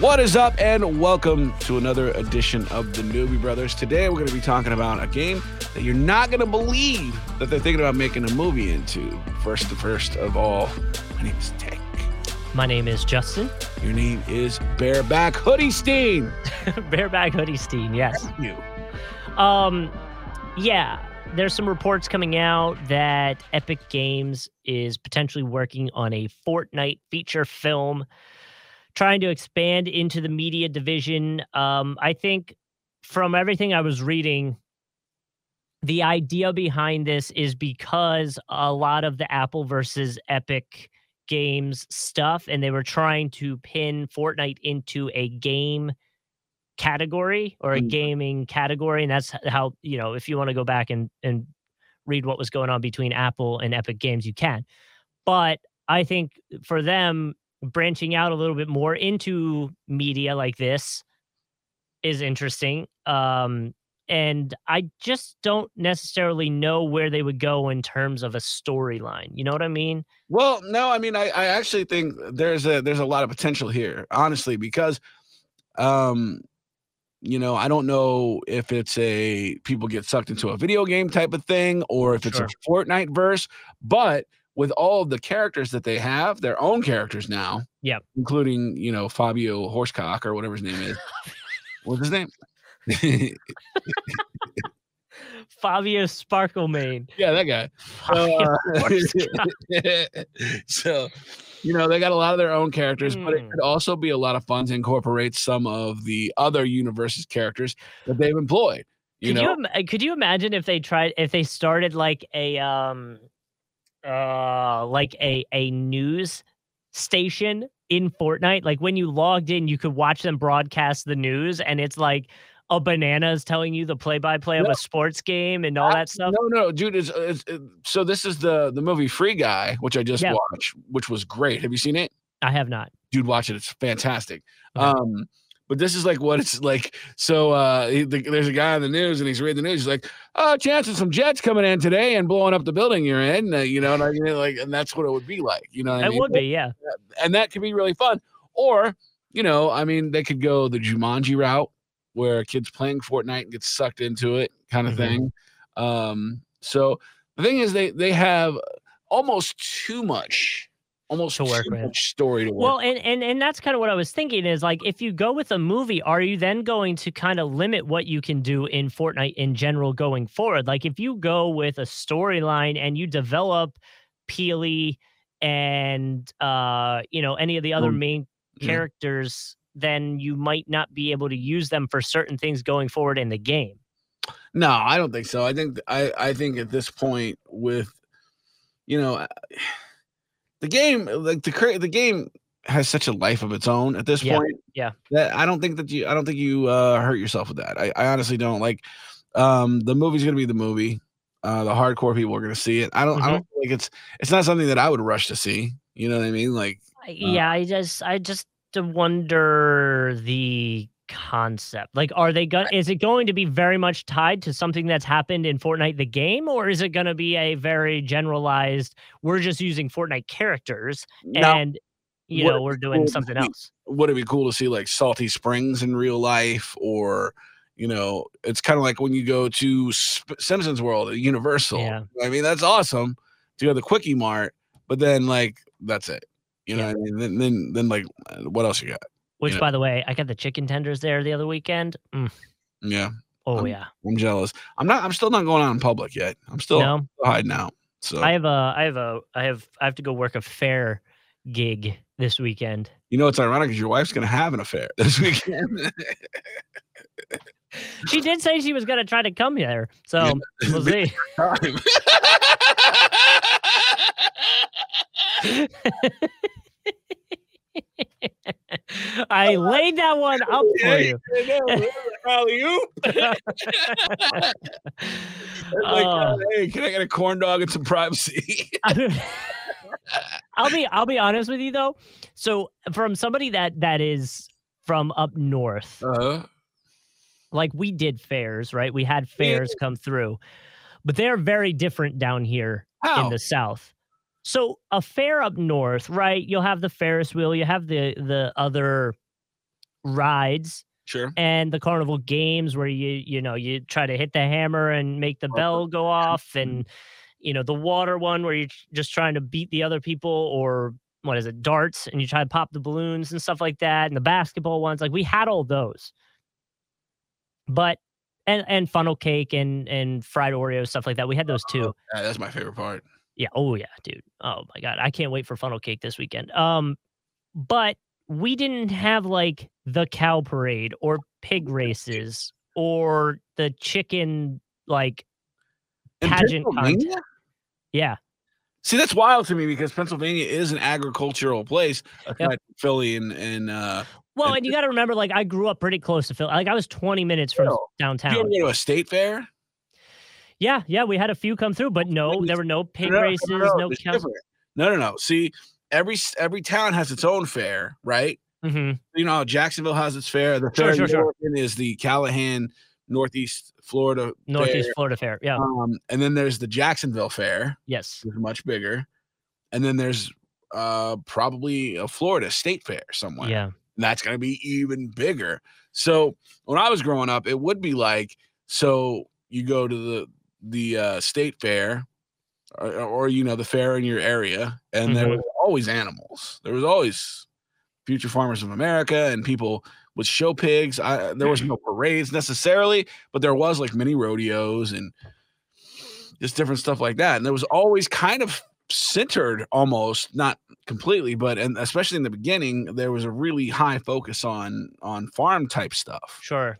What is up, and welcome to another edition of the Newbie Brothers. Today, we're going to be talking about a game that you're not going to believe that they're thinking about making a movie into. First, the first of all, my name is Tank. My name is Justin. Your name is Bareback Hoodie Steen. Bareback Hoodie Steen, yes. You. Um, yeah, there's some reports coming out that Epic Games is potentially working on a Fortnite feature film, trying to expand into the media division. Um, I think from everything I was reading, the idea behind this is because a lot of the Apple versus Epic games stuff, and they were trying to pin Fortnite into a game category or a Mm. gaming category. And that's how, you know, if you want to go back and, and read what was going on between Apple and Epic Games, you can. But I think for them, branching out a little bit more into media like this is interesting. Um, and I just don't necessarily know where they would go in terms of a storyline. You know what I mean? Well, no, I mean, I, I actually think there's a there's a lot of potential here, honestly, because, um, you know, I don't know if it's a people get sucked into a video game type of thing or if it's a Fortnite verse, but with all of the characters that they have, their own characters now, Yep. including you know Fabio Horsecock or whatever his name is. What's his name? Fabio Sparklemane. yeah, that guy. Uh, so, you know, they got a lot of their own characters, but it Hmm. could also be a lot of fun to incorporate some of the other universe's characters that they've employed. You could know, you im- uh, could you imagine if they tried if they started like a um uh like a a news station in Fortnite like when you logged in you could watch them broadcast the news and it's like a banana is telling you the play by play of Yeah. a sports game and all that stuff No, no, dude. Is it's, it, so this is the the movie Free Guy, which I just Yeah. watched, which was great. Have you seen it? I have not dude watch it it's fantastic Yeah. um but this is like what it's like so uh he, the, there's a guy on the news and he's reading the news he's like oh chance of some jets coming in today and blowing up the building you're in uh, you know and I mean, like and that's what it would be like you know what I it mean? would be yeah and that could be really fun or you know i mean they could go the jumanji route where a kids playing fortnite gets sucked into it kind of Mhm. thing um so the thing is they they have almost too much almost To work too with. much story to work Well, and and and that's kind of what I was thinking is like if you go with a movie, are you then going to kind of limit what you can do in Fortnite in general going forward? Like if you go with a storyline and you develop Peely and uh, you know, any of the other Um, main yeah. characters, then you might not be able to use them for certain things going forward in the game. No, I don't think so. I think th- I I think at this point with you know uh, the game uh, like the cra- the game has such a life of its own at this Yeah, point. yeah. That I don't think that you I don't think you uh hurt yourself with that. I, I honestly don't like um the movie's going to be the movie. Uh the hardcore people are going to see it. I don't I Mhm. don't think it's it's not something that I would rush to see. You know what I mean? Like I- yeah, I just I just d- wonder the concept. Like, are they going? to Is it going to be very much tied to something that's happened in Fortnite the game, or is it going to be a very generalized? We're just using Fortnite characters, now, and you what know if we're they doing were something really else. would it be cool to see like salty springs in real life or you know it's kind of like when you go to Sp- simpsons world at universal Yeah. i mean that's awesome to go to the quickie mart but then like that's it you know Yeah. what i mean then, then then like uh, what else you got Which, yeah. by the way, I got the chicken tenders there the other weekend. Mm, yeah Oh Um, yeah, i'm jealous i'm not i'm still not going out in public yet i'm still no, hiding out so I have a, I have a, I have, I have to go work a fair gig this weekend. you know it's ironic because your wife's gonna have an affair this weekend She did say she was going to try to come here, so Yeah. we'll see. time. I laid that one up for you. I know, alley oop. Like, Uh, hey, can I get a corn dog and some privacy? I'll be I'll be honest with you though. So from somebody that that is from up north, uh, like we did fairs, right? We had fairs come through, but they're very different down here how? in the south. So a fair up north, right? You'll have the Ferris wheel, you have the the other rides sure. and the carnival games where you you know you try to hit the hammer and make the Oh, bell go off and you know the water one where you're tr- just trying to beat the other people or what is it darts and you try to pop the balloons and stuff like that and the basketball ones like we had all those but and and funnel cake and and fried oreo stuff like that we had those too Yeah, that's my favorite part. yeah. Oh yeah, dude. Oh my god, I can't wait for funnel cake this weekend. Um, but we didn't have like the cow parade or pig races or the chicken like In pageant contest. Pennsylvania? Yeah, See, that's wild to me because Pennsylvania is an agricultural place, aside from Philly and and uh, well, And and you got to remember, like I grew up pretty close to Philly. Like I was 20 minutes from Still, you ever downtown. go to a state fair? Yeah, yeah, we had a few come through, but no, there were no pig No, no, no, races, no, no it's cows. different. no, no, no. See, every s- every town has its own fair, right? hmm You know, how Jacksonville has its fair. The Sure, fair sure, sure. in is the Callahan Northeast Florida Northeast fair. Florida Fair. Yeah. Um, and then there's the Jacksonville Fair, yes. which is much bigger. And then there's uh probably a Florida State Fair somewhere. Yeah. that's going to be even bigger. So when I was growing up, it would be like so you go to the the uh, state fair or, or you know the fair in your area, and there Mhm. was always animals. There was always Future Farmers of America and people with show pigs. I, there was no parades necessarily, but there was like mini rodeos and just different stuff like that. And there was always kind of centered almost not completely but and especially in the beginning there was a really high focus on on farm type stuff Sure.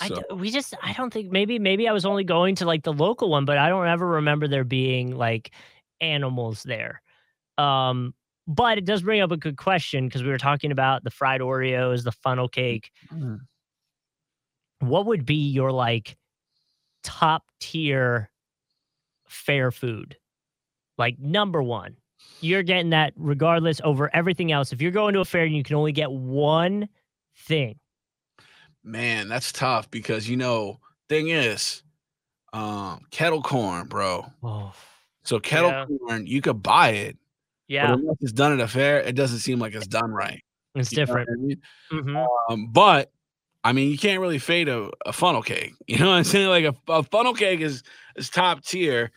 I so, d- we just I don't think maybe maybe I was only going to like the local one, but I don't ever remember there being like animals there. Um, but it does bring up a good question because we were talking about the fried Oreos, the funnel cake. Mm. What would be your like top tier fair food? Like number one, you're getting that regardless over everything else. If you're going to a fair and you can only get one thing, man that's tough because you know thing is um kettle corn bro oh so kettle Yeah. corn you could buy it yeah, but unless it's done at a fair it doesn't seem like it's done right it's you know what different. I mean? Mhm. um, but I mean, you can't really fade a, a funnel cake. You know what I'm saying? Like a, a funnel cake is is top tier.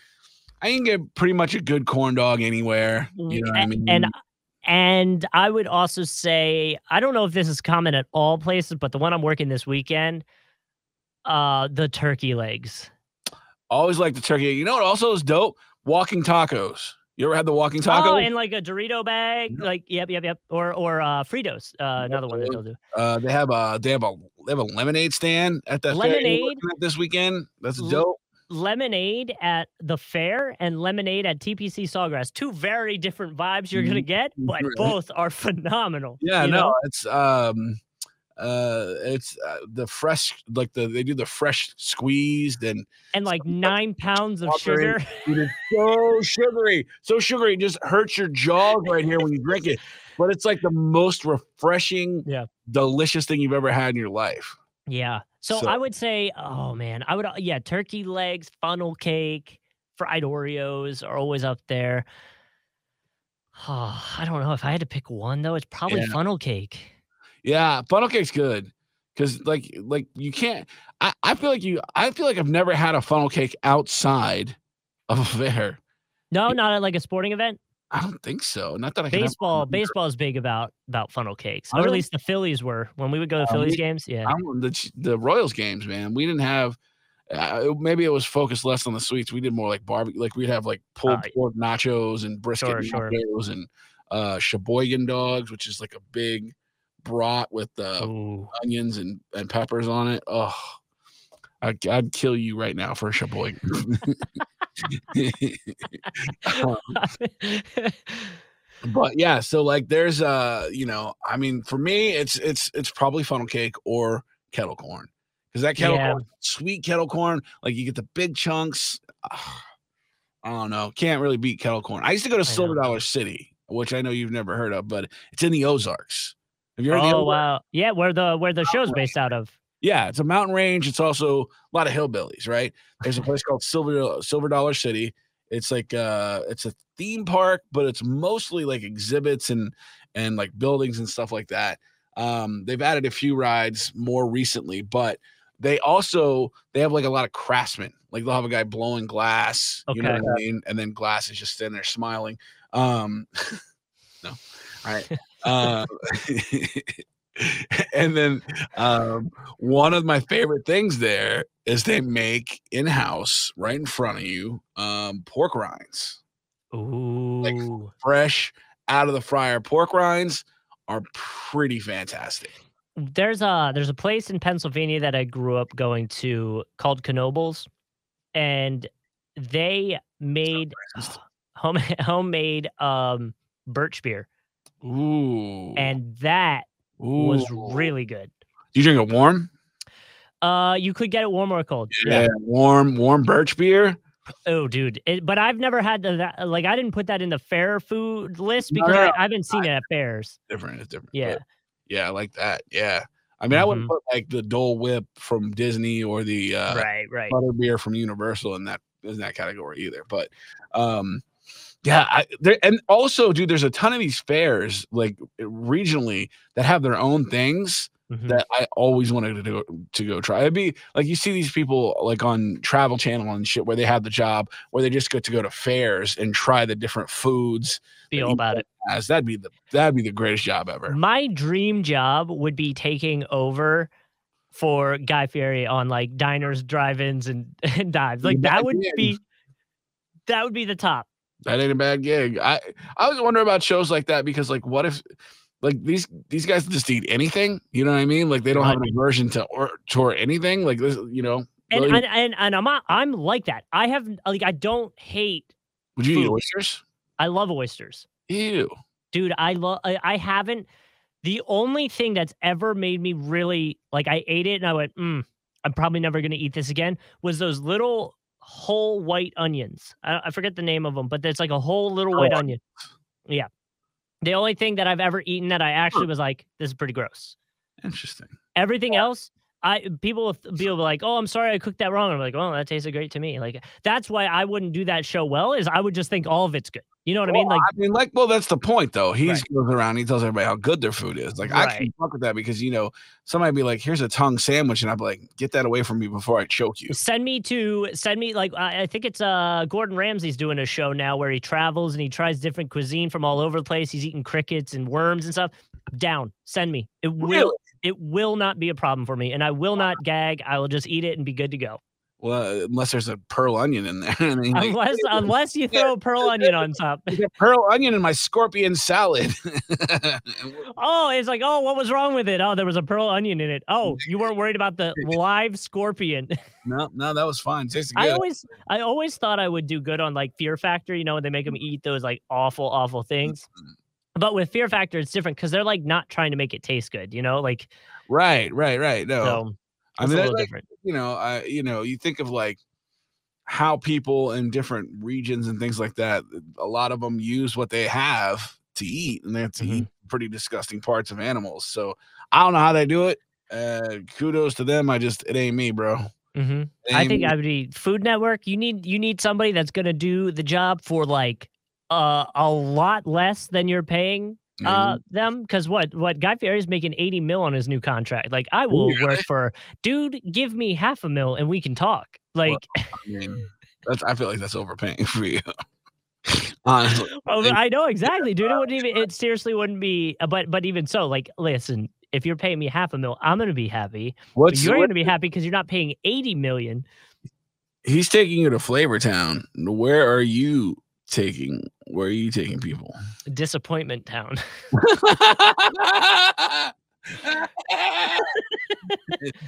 I can get pretty much a good corn dog anywhere. You know what I Mm-hmm. A- mean? and Mm-hmm. and I would also say I don't know if this is common at all places, but the one I'm working this weekend, uh, the turkey legs. always like the turkey. You know what also is dope? Walking tacos. You ever had the walking taco? Oh, and like a Dorito bag, like yep, yep, yep, or or uh, Fritos, uh, another one that they'll do. uh, they have a they have a they have a lemonade stand at that fair you're working at this weekend. That's L- dope. Lemonade at the fair and lemonade at TPC Sawgrass. Two very different vibes you're gonna get, but Mm-hmm. Right. both are phenomenal. Yeah, you no, know? it's um uh it's uh, the fresh like the they do the fresh squeezed and and like nine pounds of Strawberry. sugar. It is so sugary, so sugary. It just hurts your jaw right here when you drink it. But it's like the most refreshing, Yeah. delicious thing you've ever had in your life. Yeah. So, So- I would say, oh man, I would yeah, turkey legs, funnel cake, fried Oreos are always up there. Oh, I don't know if I had to pick one though. It's probably Yeah. funnel cake. Yeah, funnel cake's good because like like you can't. I I feel like you. I feel like I've never had a funnel cake outside of a fair. No, not at like a sporting event. I don't think so. Not that I can have- Baseball, baseball is big about about funnel cakes, Oh, or at really? least the Phillies were when we would go to Uh, Phillies we- games. Yeah, I don't- the Ch- the Royals games, man. We didn't have. Uh, maybe it was focused less on the sweets. We did more like barbecue. Like we'd have like pulled y- pork nachos and brisket Sure, sure. nachos and uh, Sheboygan dogs, which is like a big brat with uh, Ooh. onions and, and peppers on it. Oh, I, I'd kill you right now for a Sheboygan. Um, but yeah, so like there's uh, you know, I mean, for me, it's it's it's probably funnel cake or kettle corn because that kettle Yeah. corn, sweet kettle corn, like you get the big chunks. Ah, I don't know, can't really beat kettle corn. I used to go to know. Silver Dollar City, which I know you've never heard of, but it's in the Ozarks. Have you heard of the Oh Ozarks? wow, yeah, where the where the show's based out of. Yeah, it's a mountain range. It's also a lot of hillbillies, right? There's a place called Silver Silver Dollar City. It's like uh it's a theme park, but it's mostly like exhibits and and like buildings and stuff like that. Um they've added a few rides more recently, but they also they have like a lot of craftsmen. Like they'll have a guy blowing glass, you know Okay. what I mean? And then glass is just standing there smiling. Um no. All right. Uh, and then um, one of my favorite things there is they make in house, right in front of you, um, pork rinds. Ooh, Fresh out of the fryer pork rinds are pretty fantastic. there's a there's a place in Pennsylvania that I grew up going to called Knobles, and they made racist. home, homemade um birch beer, Ooh. and that was really good. You drink it warm? Uh, you could get it warm or cold. Warm, warm birch beer. Oh, dude. It, but I've never had the, that. Like, I didn't put that in the fair food list because no, no. I, I haven't seen it at fairs. Different. It's different. Yeah. but Yeah. I like that. Yeah. I mean, I wouldn't Mhm. put like the Dole Whip from Disney or the uh, right. Right. butter beer from Universal in that in that category either. But um yeah, I, there and also, dude, there's a ton of these fairs like regionally that have their own things Mhm. that I always wanted to go, to go try. It'd be like you see these people like on Travel Channel and shit where they have the job where they just get to go to fairs and try the different foods. Be that all you about it. As that'd be the that'd be the greatest job ever. My dream job would be taking over for Guy Fieri on like diners, drive-ins, and, and dives. Like Yeah, that would yeah. be that would be the top. That ain't a bad gig. I I was wondering about shows like that because like what if like these these guys just eat anything? You know what I mean? Like they don't have an aversion to or toward anything. Like this, you know. And really- and, and and I'm I'm like that. I have like I don't hate. would you eat food. oysters? I love oysters. Ew. dude i love I, I haven't the only thing that's ever made me really like i ate it and i went mm, i'm probably never going to eat this again was those little whole white onions I, I forget the name of them but there's like a whole little Oh, white I- onion yeah the only thing that i've ever eaten that i actually was like this is pretty gross Interesting. everything else I people will be like, oh, I'm sorry, I cooked that wrong. I'm like, oh, that tasted great to me. Like that's why I wouldn't do that show well. Is I would just think all of it's good. You know what I mean? Well, Like, I mean, like, well, that's the point though. He Right. goes around, he tells everybody how good their food is. Like, I can Right. fuck with that because you know, somebody be like, here's a tongue sandwich, and I'd be like, get that away from me before I choke you. send me to send me like I I think it's uh Gordon Ramsay's doing a show now where he travels and he tries different cuisine from all over the place. He's eating crickets and worms and stuff. Down, send me. It will Really? it will not be a problem for me, and I will not gag. I will just eat it and be good to go. Well, uh, unless there's a pearl onion in there. I mean, like, Unless unless you throw a pearl onion on top. pearl onion in my scorpion salad. Oh, it's like oh, what was wrong with it? Oh, there was a pearl onion in it. Oh, you weren't worried about the live scorpion. No, no, that was fine. Tasted I good. always I always thought I would do good on like Fear Factor, you know, when they make Mm-hmm. them eat those like awful, awful things. But with Fear Factor, it's different because they're like not trying to make it taste good, you know, like right, right, right. No, so I it's mean, a that's little like, different. you know, I, you know, you think of like how people in different regions and things like that. A lot of them use what they have to eat, and they have to eat Mm-hmm. pretty disgusting parts of animals. So I don't know how they do it. Uh, kudos to them. I just it ain't me, bro. hmm It I ain't think me. I would be Food Network. You need you need somebody that's gonna do the job for like uh, a lot less than you're paying You know what I uh, them. Because what what Guy Fieri is making eighty mil on his new contract. Like I will work for dude. Give me half a mil and we can talk. Like mean? I mean, that's I feel like that's overpaying for you. Honestly, Oh, Thank- I know exactly, dude. It wouldn't even. It seriously wouldn't be. uh, But but even so, like, listen. If you're paying me half a mil, I'm gonna be happy. But what's you're what- gonna be happy because you're not paying eighty million. he's taking you to Flavor Town. Where are you taking? Where are you taking people? Disappointment town.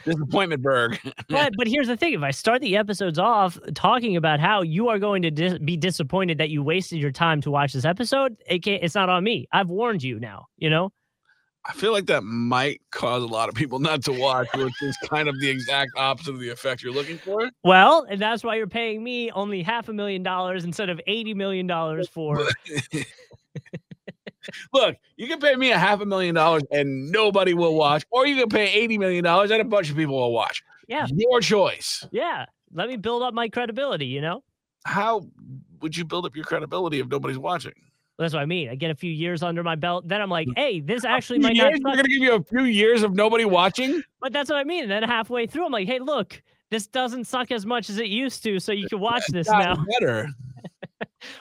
Disappointment Berg. but but here's the thing: if I start the episodes off talking about how you are going to dis- be disappointed that you wasted your time to watch this episode, it can't, it's not on me. I've warned you now. You know. I feel like that might cause a lot of people not to watch, which is kind of the exact opposite of the effect you're looking for. Well, and that's why you're paying me only half a million dollars instead of eighty million dollars for. Look, you can pay me a half a million dollars and nobody will watch, or you can pay eighty million dollars and a bunch of people will watch. Yeah. Your choice. Yeah, let me build up my credibility. You know, How would you build up your credibility if nobody's watching? that's what I mean. I get a few years under my belt, then I'm like, hey, this actually Mm. Few might not. years? They're suck. gonna give you a few years of nobody watching. But that's what I mean. And then halfway through, I'm like, hey, look, this doesn't suck as much as it used to. So you can watch this Got now. better.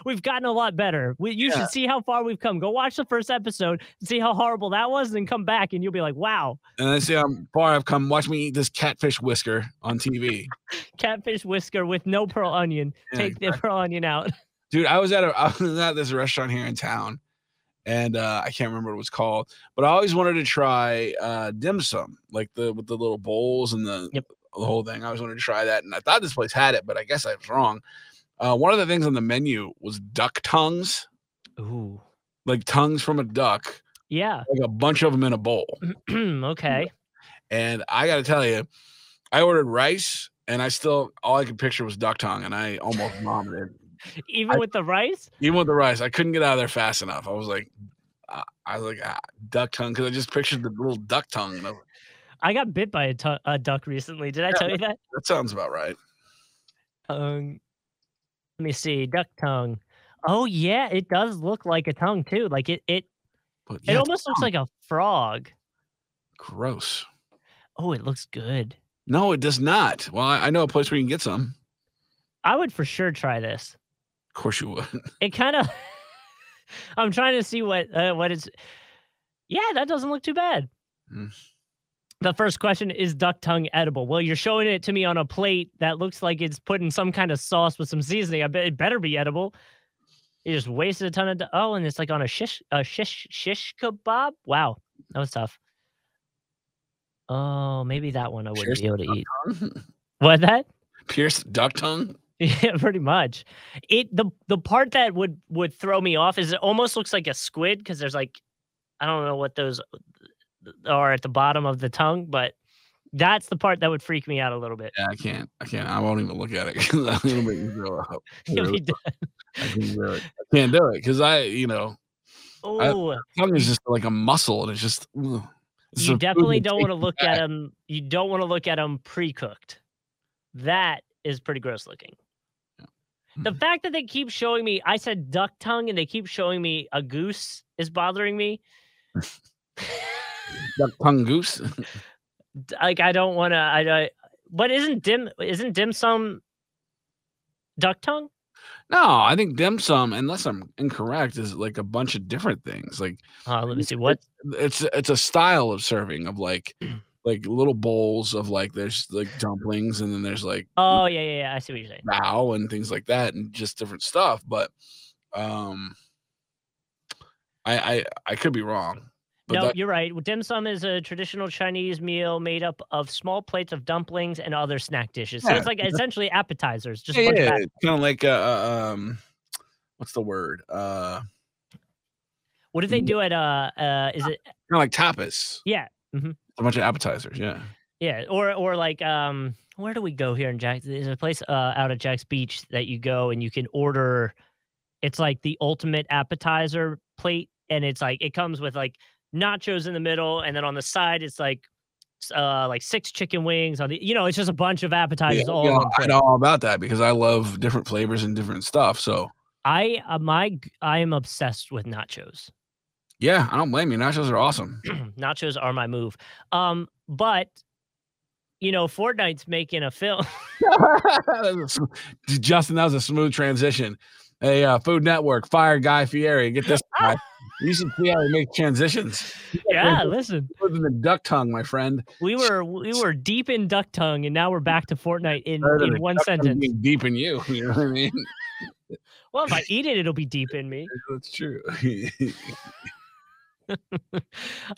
We've gotten a lot better. We, you Yeah. should see how far we've come. Go watch the first episode and see how horrible that was, and then come back and you'll be like, wow, And I see how far I've come. Watch me eat this catfish whisker on TV. catfish whisker with no pearl onion. Yeah, Take the pearl onion out. dude i was at a i was at this restaurant here in town and uh i can't remember what it was called but i always wanted to try uh dim sum like the with the little bowls and the Yep. the whole thing i always wanted to try that and i thought this place had it but i guess i was wrong uh one of the things on the menu was duck tongues Ooh. like tongues from a duck Yeah. like a bunch of them in a bowl okay. and i gotta tell you i ordered rice and i still all i could picture was duck tongue and i almost vomited Even I- with the rice? even with the rice, I couldn't get out of there fast enough. I was like, uh, I was like ah, duck tongue because I just pictured the little duck tongue. and I was like, I got bit by a tu- a duck recently. Did I tell you that? that sounds about right. Um, let me see. Duck tongue. Oh, yeah. It does look like a tongue, too. Like it, it, But it yeah, almost looks like a frog. gross. Oh, it looks good. No, it does not. Well, I, I know a place where you can get some. I would for sure try this. Of course you would. It kind of. I'm trying to see what uh, what it's. Yeah, that doesn't look too bad. Mm. The first question is duck tongue edible? Well, you're showing it to me on a plate that looks like it's put in some kind of sauce with some seasoning. I bet it better be edible. You just wasted a ton of du- oh, and it's like on a shish a shish shish kebab. Wow, that was tough. Oh, maybe that one I wouldn't Shish be able to eat. What that? Pierced duck tongue. Yeah, pretty much. It the the part that would would throw me off is it almost looks like a squid because there's like I don't know what those uh, are at the bottom of the tongue, but that's the part that would freak me out a little bit. Yeah, I can't. I can't. I won't even look at it because I'm gonna make you throw up. I You'll be really- dead. I can't do it. I can't do it because I, you know, Ooh, tongue is just like a muscle, and it's just. ugh. It's a you food definitely that don't tastes want to look bad. at them. You don't want to look at them pre-cooked. That is pretty gross looking. The Mm. fact that they keep showing me, I said duck tongue, and they keep showing me a goose is bothering me. duck tongue goose. d- like I don't want to. I, I but isn't dim isn't dim sum duck tongue? No, I think dim sum, unless I'm incorrect, is like a bunch of different things. Like Uh, let me see It's- what. it's it's a style of serving of like like little bowls of like there's like dumplings and then there's like Oh yeah, yeah, yeah. I see what you're saying. bao and things like that and just different stuff. But um I I I could be wrong. But no, that- you're right. Dim sum is a traditional Chinese meal made up of small plates of dumplings and other snack dishes. So Yeah, it's like it's essentially appetizers. Just a yeah, bunch of yeah, app- it's kind of like uh, uh, um what's the word? Uh what do they Mm-hmm. do at uh uh? Is it kind of like tapas. Yeah, mhm. A bunch of appetizers, yeah. yeah? Or or like um? Where do we go here in Jack's? There's a place uh out of Jack's Beach that you go and you can order. it's like the ultimate appetizer plate and it's like it comes with like nachos in the middle and then on the side it's like s- uh like six chicken wings on the you know it's just a bunch of appetizers Yeah, all you in know, one I plate. know all about that because I love different flavors and different stuff. So I uh, my g- I am obsessed with nachos. yeah, I don't blame you. Nachos are awesome. nachos are my move. Um but you know Fortnite's making a film. That was a sm- Justin, that was a smooth transition. Hey, uh, Food Network, fire Guy Fieri. Get this guy. You should see how he makes transitions. yeah, listen. More than the duck tongue, my friend. We were we were deep in duck tongue and now we're back to Fortnite in, Better than in the one duck tongue sentence. being deep in you. You know what I mean? Well, if I eat it it'll be deep in me. That's true.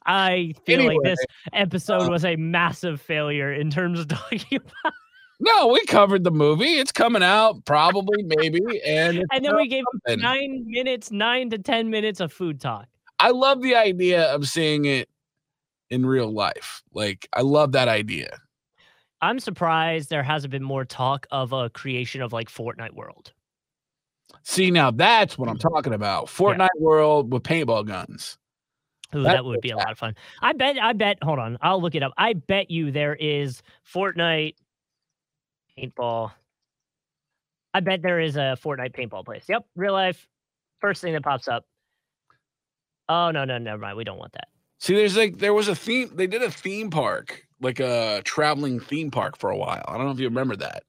I feel Anyway, like this episode uh, was a massive failure in terms of talking about no, we covered the movie. It's coming out probably, maybe, and it's and then we gave something. nine minutes, nine to ten minutes of food talk. I love the idea of seeing it in real life. Like I love that idea. I'm surprised there hasn't been more talk of a creation of like Fortnite World. See now that's what I'm talking about. Fortnite World with paintball guns. Ooh, That that would be a lot of fun. I bet. I bet. Hold on. I'll look it up. I bet you there is Fortnite paintball. I bet there is a Fortnite paintball place. Yep, real life. First thing that pops up. Oh no, no, never mind. We don't want that. See, there's like there was a theme. They did a theme park, like a traveling theme park for a while. I don't know if you remember that.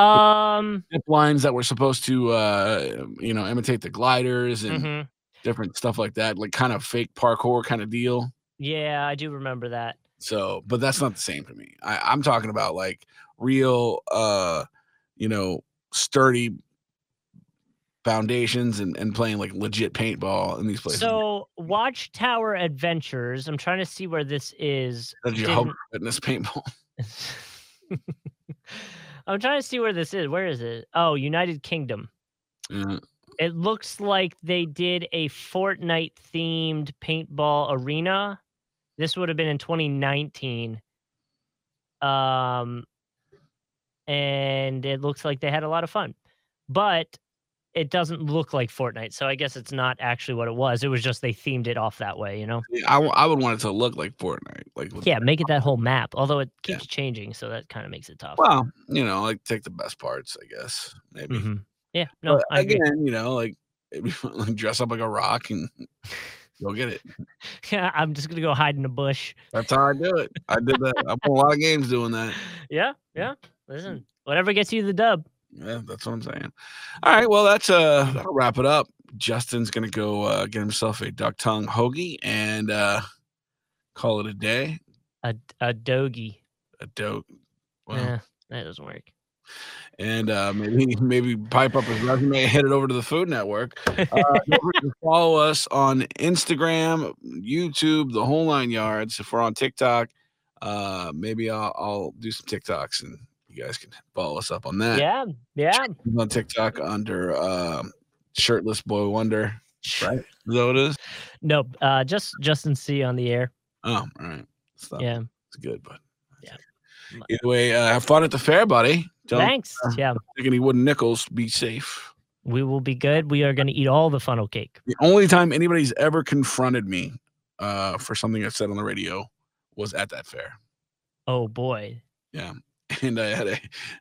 Um. Zip lines that were supposed to, uh, you know, imitate the gliders and mhm. different stuff like that, like kind of fake parkour kind of deal. Yeah, I do remember that. So, but that's not the same to me. I, I'm talking about like real, uh, you know, sturdy foundations and, and playing like legit paintball in these places. So, Watchtower Adventures. I'm trying to see where this is. That's your didn't- whole fitness paintball. I'm trying to see where this is. Where is it? Oh, United Kingdom. Yeah. It looks like they did a Fortnite themed paintball arena. This would have been in 2019. Um and it looks like they had a lot of fun. But it doesn't look like Fortnite, so I guess it's not actually what it was. It was just they themed it off that way, you know. I, w- I would want it to look like Fortnite, like with Yeah, make it that whole map. Although it Yeah. keeps changing, so that kind of makes it tough. Well, you know, like take the best parts, I guess. Maybe. Mhm. Yeah, no, But I agree. again, you know, like it'd be fun, like dress up like a rock and go get it. Yeah, I'm just gonna go hide in a bush. That's how I do it. I did that. I won a lot of games doing that. Yeah, yeah. Listen, whatever gets you the dub. Yeah, that's what I'm saying. All right, well, that's uh, that'll wrap it up. Justin's gonna go uh, get himself a duck tongue hoagie and uh, call it a day. A a dogie. A dope. Well, Eh, that doesn't work. and uh, maybe maybe pipe up his resume and head it over to the Food Network. Uh, don't forget to follow us on Instagram, YouTube, the whole nine yards. If we're on TikTok, uh, maybe I'll, I'll do some TikToks and you guys can follow us up on that. Yeah, yeah. We're on TikTok under um, Shirtless Boy Wonder. Right? Is that what it is? No, uh, just Justin C on the air. Oh, all right. Stop. Yeah. It's good, but Yeah. Either way, uh, have fun at the fair, buddy. Don't Thanks. uh, Yeah, take any wooden nickels. Be safe. we will be good. We are gonna eat all the funnel cake. The only time anybody's ever confronted me uh, for something I said on the radio was at that fair, Oh boy. and I had a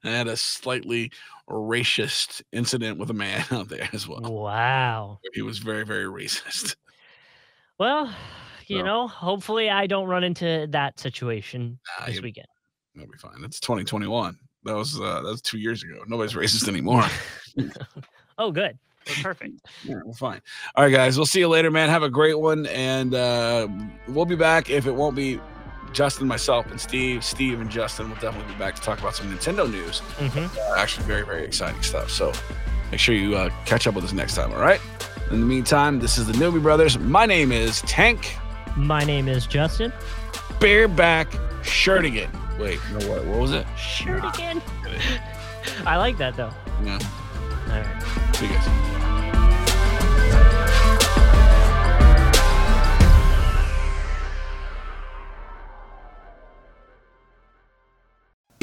I had a slightly racist incident with a man out there as Oh. well. Wow. He was very very racist. Well, you No. know, hopefully I don't run into that situation Nah, this you'll- weekend. you'll be fine. It's 2021. That was uh, that was two years ago. Nobody's racist anymore. oh, good. We're perfect. Yeah, we're fine. All right, guys. We'll see you later, man. Have a great one, and uh, we'll be back. If it won't be Justin, myself, and Steve, Steve and Justin, we'll definitely be back to talk about some Nintendo news. hmm actually very very exciting stuff so make sure you uh, catch up with us next time all right in the meantime this is the newbie brothers my name is tank My name is Justin. bareback shirting it wait no what what was it Shirt again. I like that though. yeah All right. see you guys